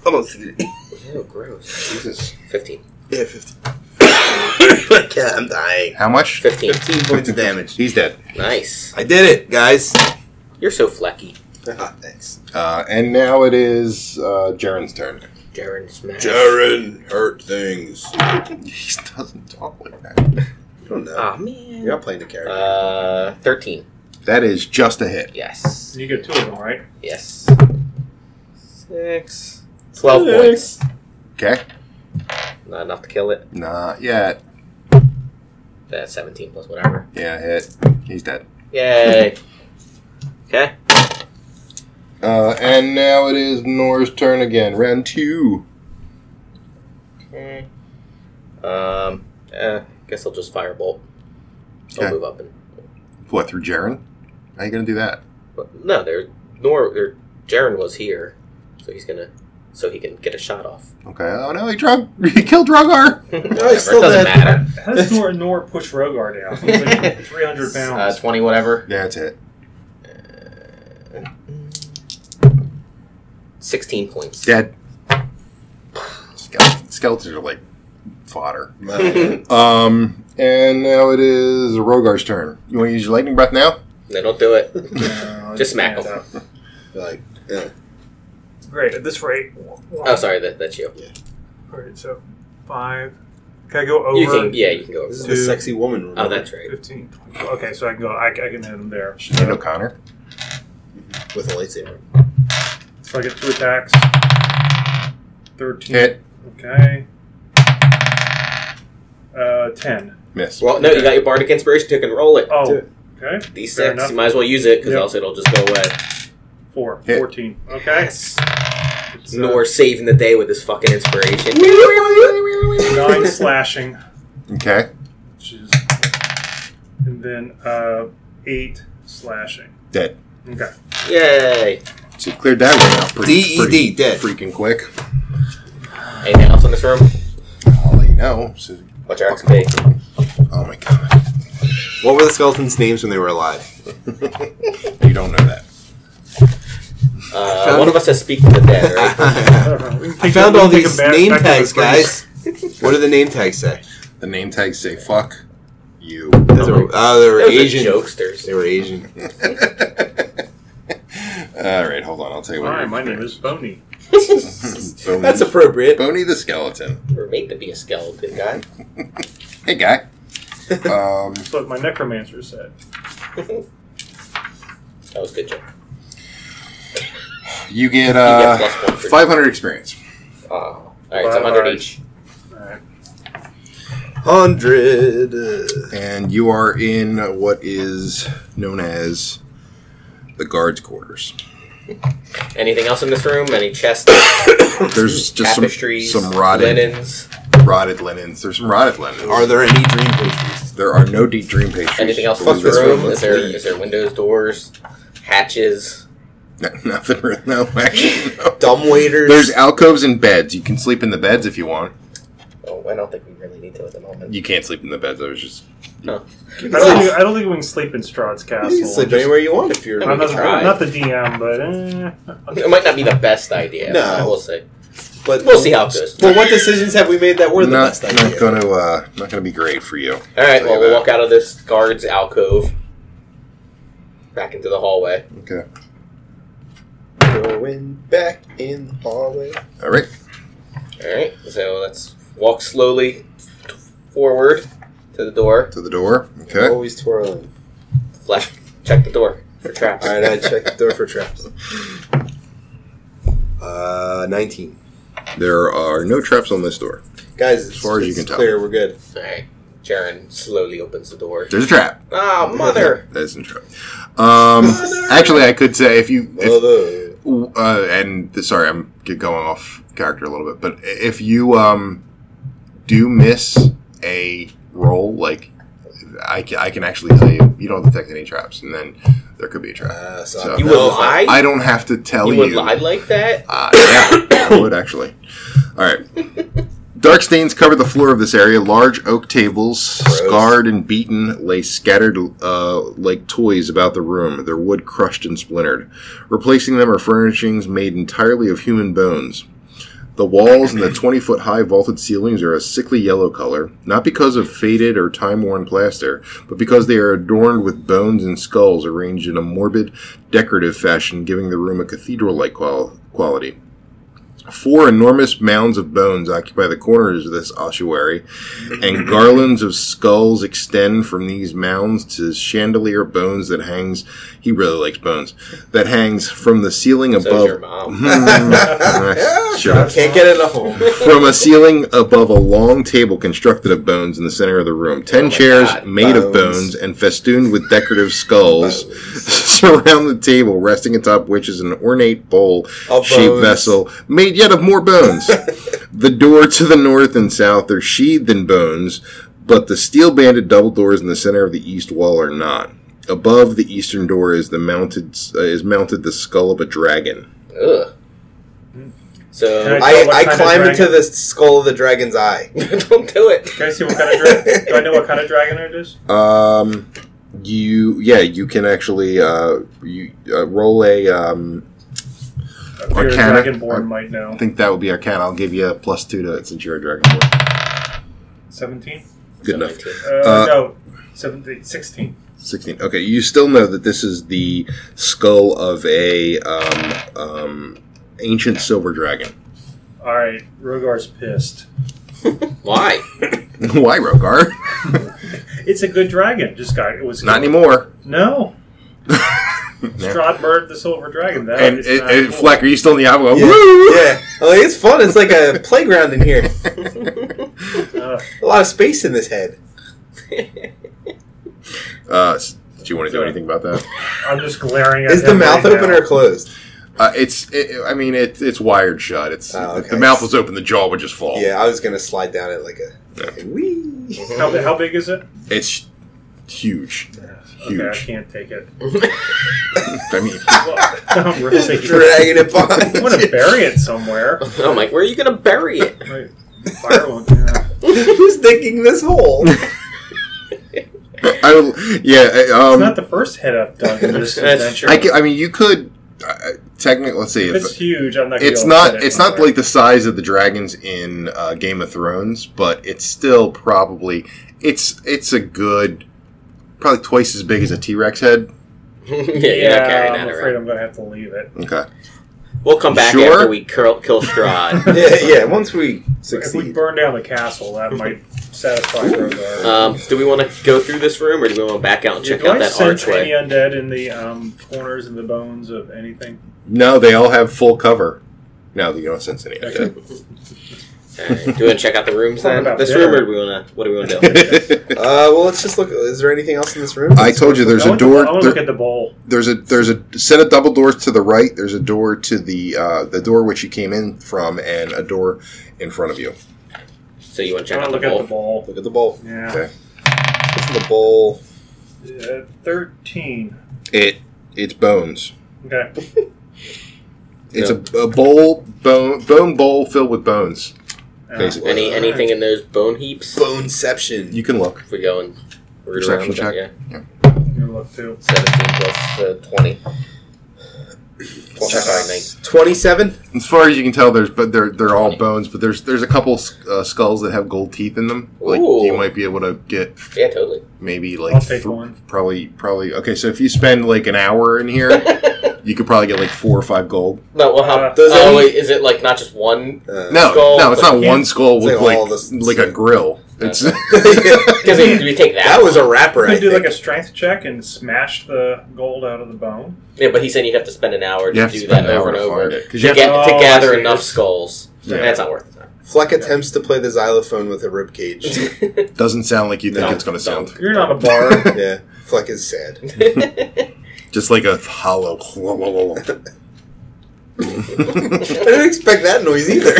Almost. did it. Ew, gross. Jesus. Fifteen. Yeah, fifteen. [coughs] yeah, I'm dying. How much? Fifteen. Fifteen points of damage. He's dead. Nice. I did it, guys. You're so flecky, Ah, thanks. Uh, and now it is uh, Jaren's turn. Jaren. Smash. Jaren hurt [laughs] things. He doesn't talk like that. I don't know. Aw, man. You're not playing the character. Ah. Uh, thirteen. That is just a hit. Yes. You get two of them, right? Yes. Six. Twelve points. Okay? Not enough to kill it. Not yet. That's seventeen plus whatever. Yeah, hit. He's dead. Yay. okay. Uh, and now it is Nora's turn again. Round two. Okay. Um. Uh, guess I'll just firebolt. I'll Okay. move up and. What, through Jaren? How are you gonna do that? But no, there. Nor there. Jaren was here, so he's gonna. So he can get a shot off. Okay. Oh no, he drug [laughs] he killed Drogar! Whatever, It still doesn't dead. matter. How does Nor Nor push Rogard out? He's like [laughs] 300 Uh, pounds. Twenty whatever. Yeah, it's it. Sixteen points. Dead. Skelet- Skeletons are like fodder. My- Um, and now it is Rogar's turn. You want to use your lightning breath now? [laughs] No, don't do it. No, [laughs] Just smack yeah, him. like, yeah. no. Great. At this rate. Oh, sorry. That, that's you. All right, so five. Can I go You over can. Yeah, you can go. This is Over. the Two. sexy woman. Oh, remember? that's right. 15? Okay, so I can go. I, I can hit him there. Sinead O'Connor. with a lightsaber. So I get two attacks. 13. Hit. Okay. Uh, 10. Miss. Well, no, you got your bardic inspiration token. Roll it. Oh, Two. okay. These Fair six. enough. You might as well use it because Yep. else it'll just go away. Four. Hit. 14. Okay. Yes. It's, uh, Nor saving the day with his fucking inspiration. [laughs] Nine slashing, Okay. which is. And then uh, eight slashing. Dead. Okay. Yay! So you cleared that one out pretty, DED, pretty dead. freaking quick. Anything else in this room? I'll let you know. So- What's your XP? oh my god. [laughs] [laughs] What were the skeletons' names when they were [laughs] alive? You don't know that. Uh, one of us has speak to the [laughs] dead, right? [laughs] I I found all these name tags, guys. What do the name tags say? The name tags say fuck you. [laughs] Those are, oh, they were Those are Asian. jokesters. They were Asian. All right, hold on. I'll tell you what. Hi, my name is Boney. Boney, That's appropriate. Boney the skeleton. We're made to be a skeleton guy. Hey, guy. um, That's what my necromancer said. that was a good joke. you get uh, plus one for- 500 experience. Oh. All right, so 100 each. All right. Hundred. uh, and you are in what is known as the guards' quarters. Anything else in this room? Any chests, There's just some, tapestries, some rotted linens, rotted linens. There's some rotted linens. Are there any dream pastries? there are no deep dream pastries. anything else in Fuck this this [laughs] room? one, Is let's there, leave. is there windows, doors, hatches? No, nothing. really- No, actually, no. Dumb waiters. There's alcoves and beds. You can sleep in the beds if you want. Oh, I don't think we really need to at the moment. You can't sleep in the beds. I was just I don't, think, I don't think we can sleep in Strahd's castle. you can sleep anywhere you want if you're. I I'm mean, not, we can try. not the DM, but eh. It might not be the best idea. No. but We'll see. But We'll see how it goes. Well, what decisions have we made that were the not, best not idea? going to uh, not going to be great for you. All right, Tell well, you we'll that. walk out of this guard's alcove, back into the hallway. Okay. Going back in the hallway. All right. All right, so let's walk slowly forward to the door. To the door. Okay. Always twirling. Flash, check the door for traps. All right, I checked the door for traps. Uh, nineteen. There are no traps on this door. Guys, it's, far as you it's can tell. clear. We're good. All right. Jaren slowly opens the door. There's a trap. Ah, [laughs] mother! There's a trap. Um, actually, I could say if you if Mother. uh, and sorry, I'm get going off character a little bit, but if you um, do miss a roll, like I can, I can actually tell you, you don't detect any traps, and then there could be a trap. Uh, so So- You no, would lie? I don't have to tell you you. would lie like that? Uh, yeah, I [coughs] would actually. All right. Dark stains cover the floor of this area. Large oak tables, Gross. scarred and beaten, lay scattered uh, like toys about the room, their wood crushed and splintered. Replacing them are furnishings made entirely of human bones. The walls and the 20 foot high vaulted ceilings are a sickly yellow color, not because of faded or time worn plaster, but because they are adorned with bones and skulls arranged in a morbid, decorative fashion, giving the room a cathedral like qual- quality. Four enormous mounds of bones occupy the corners of this ossuary, and garlands of skulls extend from these mounds to chandelier bones that hangs. He really likes bones. That hangs from the ceiling So's your above. [laughs] Hmm. mom. Nice shot can't get enough of them. from a ceiling above a long table constructed of bones in the center of the room. Ten my chairs God, made of Oh bones. bones and festooned with decorative skulls [laughs] surround the table, resting atop which is an ornate bowl Of shaped bones. vessel made yet of more [laughs] bones. the door to the north and south are sheathed in bones, but the steel banded double doors in the center of the east wall are not. Above the eastern door is the mounted uh, is mounted the skull of a dragon. Ugh. So, Can I, What I kind of climb dragon? into the skull of the dragon's [laughs] eye. [laughs] don't do it. Can I see what kind of dragon? Do I know what kind of dragon it is? Um, you yeah, you can actually uh, you uh, roll a. Um, I figure a Arcana. dragonborn might know. I think that would be Arcana. I'll give you a plus two to it since you're a dragonborn. Seventeen? Good enough. Uh, Uh, no, 17, 16. Sixteen. Okay, you still know that this is the skull of a um, um, ancient silver dragon. [laughs] All right, Rogar's pissed. Why? Why, Rogar? It's a good dragon. Just got it was Not anymore. No, [laughs] Yeah. Stradbird the Silver Dragon. That And, is and, not and cool. Fleck, are you still in the Diablo? Yeah. Woo! Yeah, well, it's fun. It's [laughs] like a playground in here. Uh, A lot of space in this head. Uh, s- do you want to do anything about that? I'm just glaring at Is the him mouth right open now. or closed? Uh, it's. It, I mean, it, it's wired shut. It's Oh, if okay. the mouth was open, the jaw would just fall. Yeah, I was gonna slide down it like a Yeah. like a wee. How, bi- how big is it? It's huge. Okay, I Huge. can't [laughs] take it. I mean, Well, I'm really. dragging [laughs] it I'm going to behind. bury it somewhere. I'm like, where are you going to bury it? [laughs] Right. Fire won't. Yeah. Who's digging this [laughs] hole? I would, yeah. I- It's Um, not the first head up dug in this That's adventure. true. I, can, I mean, you could uh, technically. Let's see. If it's If, huge, I'm not. Gonna it's be able to not. fit it It's not somewhere. like the size of the dragons in uh, Game of Thrones, but it's still probably. It's it's a good, probably twice as big as a T Rex head. yeah, Yeah, you're not carrying I'm that afraid around. I'm going to have to leave it. Okay. We'll come back Sure? after we curl, kill Strahd. [laughs] yeah, yeah. Once we If we succeed, burn down the castle, [laughs] that might satisfy Rogar. um, do we want to go through this room, or do we want to back out and Yeah, check do out I that sense archway? any uh, undead in the um, corners and the bones of anything? No, they all have full cover. No, you don't sense any. [laughs] of Okay. Alright, do we want to check out the rooms Talk then? about This dinner. room, or do we want to? What do we want to [laughs] do? that. uh, well, let's just look. Is there anything else in this room? I told you there's I a want to- I door. want there- to look at the bowl. there's a there's a set of double doors to the right. There's a door to the uh, the door which you came in from, and a door in front of you. so you want to I check want out to the look at the bowl? bowl. Look at the bowl. Yeah. Okay. What's in the bowl? Uh, 13. It it's bones. Okay. It's a, a bowl bone bone bowl filled with bones. Uh, Basically. Any anything in those bone heaps? Boneception. You can look. If we go and root around Perception with that, check? yeah. I'm gonna Uh, look too. Seventeen plus uh, twenty. Check out nine. Twenty-seven. As far as you can tell, there's but they're they're all bones, but there's there's a couple uh, skulls that have gold teeth in them. Like Ooh. you might be able to get Yeah, totally. maybe I'll like take th- one. probably probably okay. So if you spend like an hour in [laughs] here, you could probably get like four or five gold. No, well, how? Uh, does oh, any- wait, is it like not just one? Uh, No, Skull, no, it's but not you one skull it's with like like all this- like a grill. [laughs] It's [laughs] Does it, do we take [laughs] that? That was a rapper. You I can do like a think. strength check and smash the gold out of the bone. Yeah, but he's saying you'd have to spend an hour you to have to do spend that an hour over and to over find to, it because you have get, to- to Oh, I gather see. enough skulls. Yeah. That's not worth it. Fleck attempts to play the xylophone with [laughs] a ribcage. [laughs] Doesn't sound like you think No, it's going to sound. You're not [laughs] a bard. yeah, Fleck is [laughs] sad. Just like a [laughs] hollow. I didn't expect that noise [laughs] either.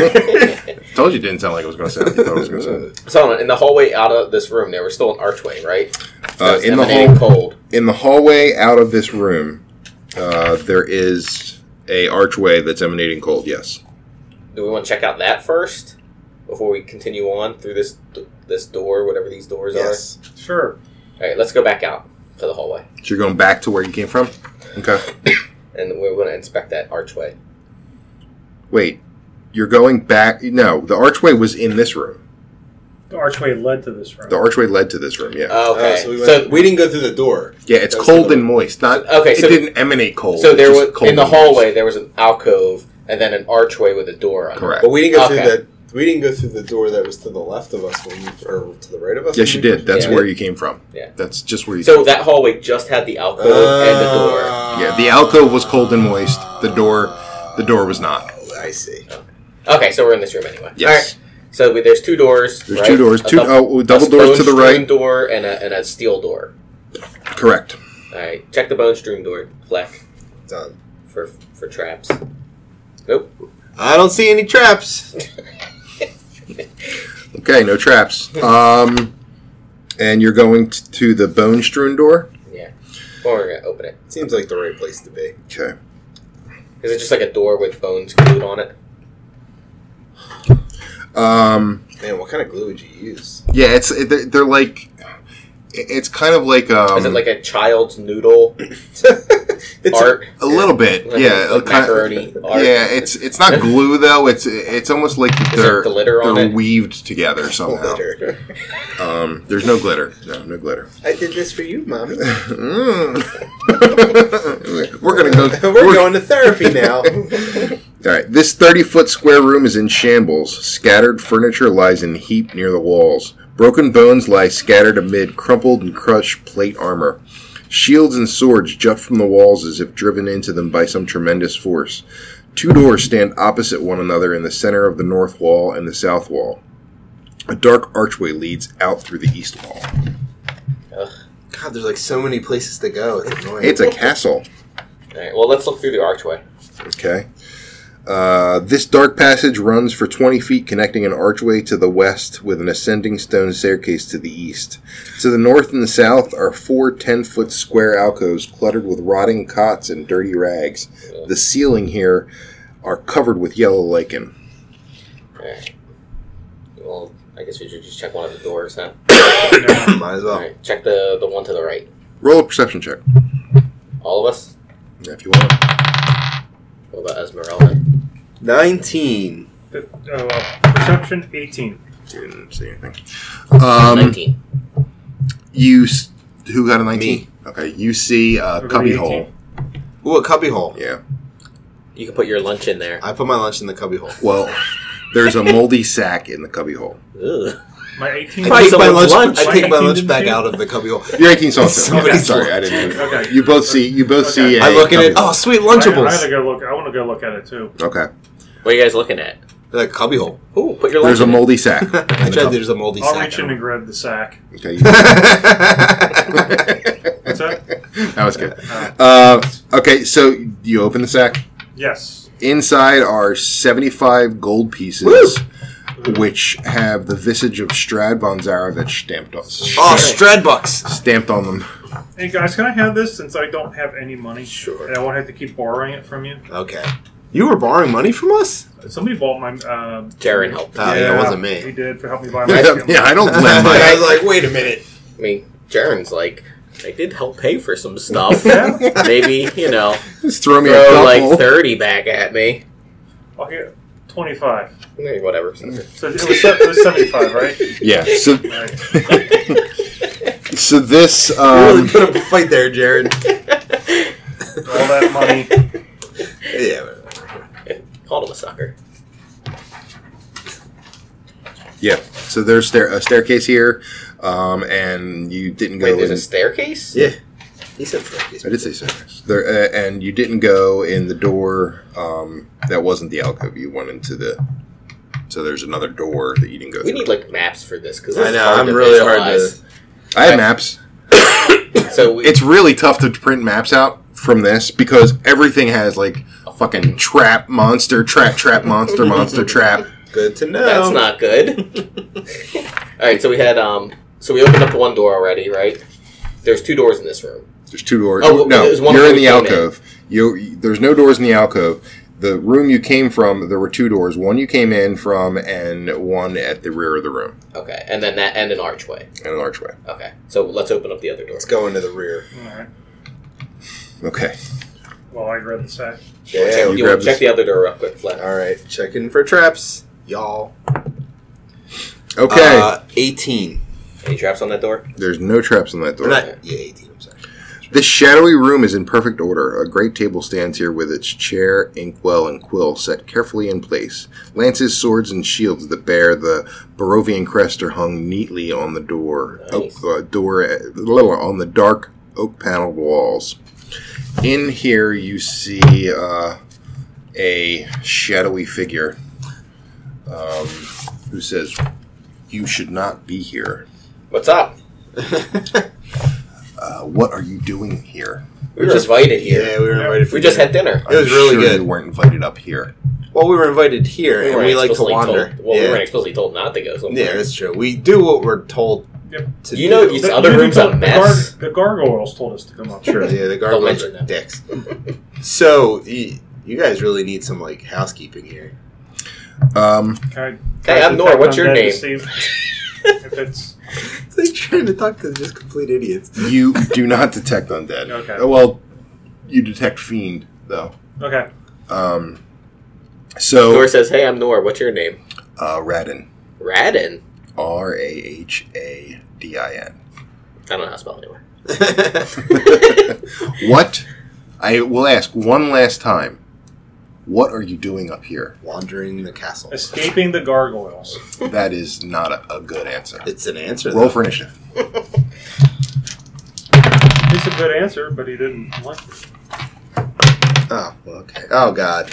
Told you it didn't sound like it was going to sound. You thought it was going [laughs] to [laughs] so in the hallway out of this room, there was still an archway, right? sound. Uh, That's in the emanating hall, cold. in the hallway out of this room, uh, there is a archway that's emanating cold. Yes. Do we want to check out that first before we continue on through this this door, whatever these doors yes. Sure. are? All right, let's go back out to the hallway, So you're going back to where you came from. Okay. and we're going to inspect that archway. Wait. You're going back. No, the archway was in this room. The archway led to this room. The archway led to this room. Yeah. Okay, Oh, so, so, we went, we didn't go through the door. yeah. It's that's cold the- and moist. Not. Okay, It so- didn't emanate cold. so it's there just was cold in the and moist. hallway there was an alcove and then an archway with a door on it. Correct. But we didn't go Okay. through the we didn't go through the door that was to the left of us when we or to the right of us. Yes, you did. That's Yeah. where you came from. Yeah. That's just where you. So that hallway just had the alcove and the door. Yeah, the alcove was cold and moist. The door- the door was not. Oh, I see. Okay, so we're in this room anyway. Yes. All right. So we, there's two doors. There's right? two doors. A Two dou- oh, a double doors to the bone-strewn right. door and a, and a steel door. Correct. All right, check the bone strewn door, Fleck, Done. for for traps. I don't see any traps. [laughs] Okay, no traps. Um, and you're going t- to the bone strewn door. Or we're gonna open it. Seems like the right place to be. Okay. Is it just like a door with bones glued on it? Um, Man, what kind of glue would you use? [laughs] yeah, it's it, they're, they're like it- it's kind of like um, Is it like a child's noodle it's art? a little bit. Like- yeah, like a kind- macaroni art. Yeah, it's it's not glue though. It's it's almost like they're glitter on they're it? weaved together somehow. glitter. Um, there's no glitter. No, no glitter. [laughs] I did this for you, mommy. [laughs] Mm. [laughs] we're gonna go. We're, going to therapy now. All right. This 30 foot square room is in shambles. Scattered furniture lies in heap near the walls. Broken bones lie scattered amid crumpled and crushed plate armor. Shields and swords jut from the walls as if driven into them by some tremendous force. Two doors stand opposite one another in the center of the north wall and the south wall. A dark archway leads out through the east wall. God, there's like so many places to go. It's annoying. It's a castle. All right. Well, let's look through the archway. Okay. Uh, this dark passage runs for 20 feet, connecting an archway to the west with an ascending stone staircase to the east. To the north and the south are four 10 foot square alcoves cluttered with rotting cots and dirty rags. The ceiling here are covered with yellow lichen. All right. Well, I guess we should just check one of the doors now. Now, Might as All well. right. Check the the one to the right. Roll a perception check All of us. if you want. What about Esmeralda? 19. the- oh, well, perception 18. Didn't see anything. Um, Nineteen. you s- who got a 19? Me. Okay, you see a Everybody cubbyhole. Ooh, a cubbyhole. Yeah. You can put your lunch in there. I put my lunch in the cubbyhole. Well, there's a moldy sack in the cubbyhole. Ugh. My 18. Probably I take my someone's lunch, lunch. I take my Why you lunch didn't back see it? out of the cubbyhole. You're 18 sauce. Somebody Okay, sorry, saw I didn't. Okay. You both see. You both see. I a look at it. cubbyhole. Oh, sweet I, I gotta Lunchables. go look. I want to go look at it too. Okay. What are you guys looking at? The cubbyhole. Ooh, put your lunch. There's a in it. moldy [laughs] sack. in the I tried. cup. There's a moldy I'll sack. reach in and grab the sack. Okay. you- What's that? [laughs] that was good. Uh, okay, so you open the sack. Yes. Inside are 75 gold pieces, which have the visage of Strad von Zara that's stamped on. [laughs] Oh, [laughs] Stradbucks. Stamped on them. Hey guys, can I have this since I don't have any money? Sure. And I won't have to keep borrowing it from you. Okay. You were borrowing money from us? Somebody bought my. Uh, Jaren helped. Oh, yeah, it wasn't me. He did for helping me [laughs] buy my. yeah, [laughs] I don't lend I my. [laughs] was like, wait a minute. I mean, Jaren's like, I did help pay for some stuff. Yeah. Maybe you [laughs] know, Just throw me a throw like couple. thirty back at me. I'll get twenty-five. Eh, Whatever. Mm. So it was, se- it was seventy-five, right? Yeah. So, Right. so this. You Um, really put up a fight there, Jared. All that money. yeah. Called him a sucker. Yeah. So there's stair- a staircase here, um, and you didn't go. Wait, there's in- a staircase. Yeah. He said Frankie's. I did say staircase. There, uh, and you didn't go in the door um, that wasn't the alcove. You went into the So there's another door that you can go We through. need like maps for this because I know. I'm really hard to. I have maps. to. So we, It's really tough to print maps out from this because everything has like fucking trap monster, trap trap monster, [laughs] monster trap. Good to know. that's not good. [laughs] All right, so we had um, so we opened up one door already, right? There's two doors in this room. There's two doors. Oh, well, no, there's one you're where in we the came in. alcove. You there's no doors in the alcove. The room you came from, there were two doors. One you came in from, and one at the rear of the room, Okay, and then that and an archway. in an archway. Okay, so let's open up the other door. Let's go into the rear. All right. Okay. Well, I grab the sack. Yeah, Check- we you wanna grab check this- the other door real quick, Flynn. All right, checking for traps, y'all. Okay. Uh, 18. Any traps on that door? There's no traps on that door. Or not, yeah, 18, I'm sorry. This shadowy room is in perfect order. A great table stands here with its chair, inkwell, and quill set carefully in place. Lances, swords, and shields that bear the Barovian crest are hung neatly on the door, oak, Nice. uh, door uh, on the dark oak paneled walls. In here, you see uh, a shadowy figure um, who says, "You should not be here. What's up? Uh, what are you doing here?" We were just invited here. Yeah, we were invited for we just dinner. had dinner. It was really good. You weren't invited up here. Well, we were invited here, and weren't we like to explicitly wander. Told, well, we yeah. weren't explicitly told not to go somewhere. yeah, that's true. We do what we're told Yep. to You do. know, you These The- other you rooms told- are the, mess. the gargoyles told us to come up. Sure, yeah, the gargoyles mention are them. dicks. so, you, you guys really need some, like, housekeeping here. Um, Can I- Hey, I'm Nor. What's your Dead to name? see If if it's It's like trying to talk to just complete idiots. you do not detect undead. Okay. Uh, Well, you detect fiend though. okay, Um, Nor so [laughs] says, "Hey, I'm Nor. What's your name?" uh, Radin, Radin. R A H A D I N. I don't know how to spell anymore. What? I will ask one last time. What are you doing up here? Wandering the castle. escaping the gargoyles. That is not a, a good answer. It's an answer. Roll for though. [laughs] initiative. It's a good answer, but he didn't like it. Oh, well, okay. Oh, God.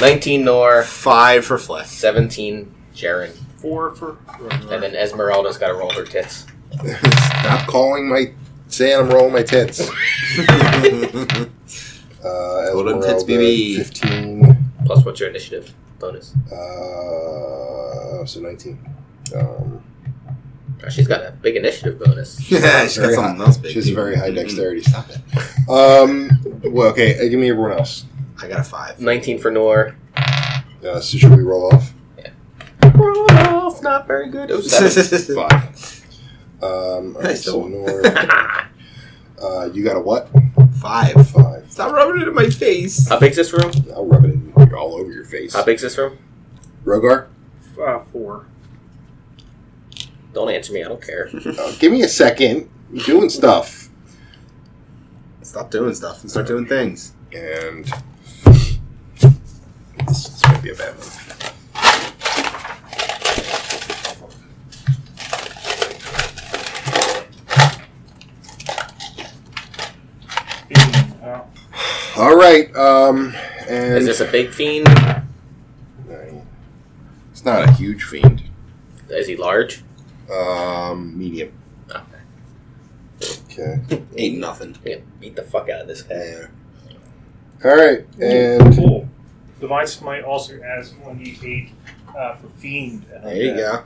19 Nor, Five for flesh. [laughs] 17 Jaren, Four for. and then Esmeralda's got to roll her tits. Stop calling my saying I'm rolling my tits. Uh, Roll them tits, Esmeralda, baby. Fifteen. Plus, what's your initiative bonus? Uh, so 19. Um, Oh, she's got a big initiative bonus. yeah, she's got very something high- else big. She has a very Mm-hmm. high dexterity. Stop it. Um, well, okay, uh, give me everyone else. Mm-hmm. I got a five. 19 for Nor. Uh, so should we roll [laughs] off? Roll off, not very good. Oh, [laughs] seven. Five. Um, okay, Nice so one. Nora, uh, you got a what? Five. Five. Stop rubbing it in my face. how big's this room? I'll rub it in all over your face. How big's this room? Rogar, Uh, four. Don't answer me. I don't care. uh, give me a second. You're doing stuff. Stop doing stuff and start doing things. And this, this might be a bad one. Even, uh, All right. Um, and Is this a big fiend? It's not a huge fiend. Is he large? Um, medium. Okay. Okay. Ain't nothing. I'm gonna beat the fuck out of this guy. All right, and cool. Divine smite also adds one d eight uh, for fiend. There you go.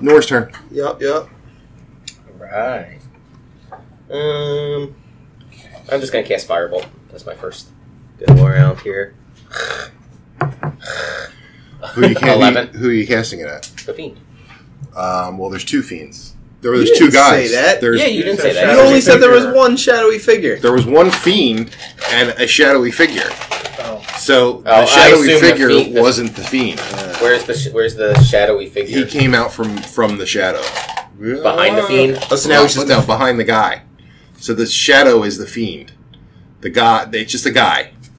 Nora's turn. Yup, yup. Right. Um, I'm just gonna cast Firebolt. That's my first good one around here. Who you ca- Eleven. Who, you casting it at? The fiend. Um, well, there's two fiends. There was You two didn't guys. say that. There's yeah, you didn't say You that. You Shadowy only said there was figure. one shadowy figure. there was one fiend and a shadowy figure. Oh, So Oh, I the shadowy assume the figure fiend- wasn't the fiend. Where's the sh- Where's the shadowy He figure came out from from the shadow behind the fiend? Oh, so now he's just no, behind the guy. So the shadow is the fiend. The guy. It's just a guy.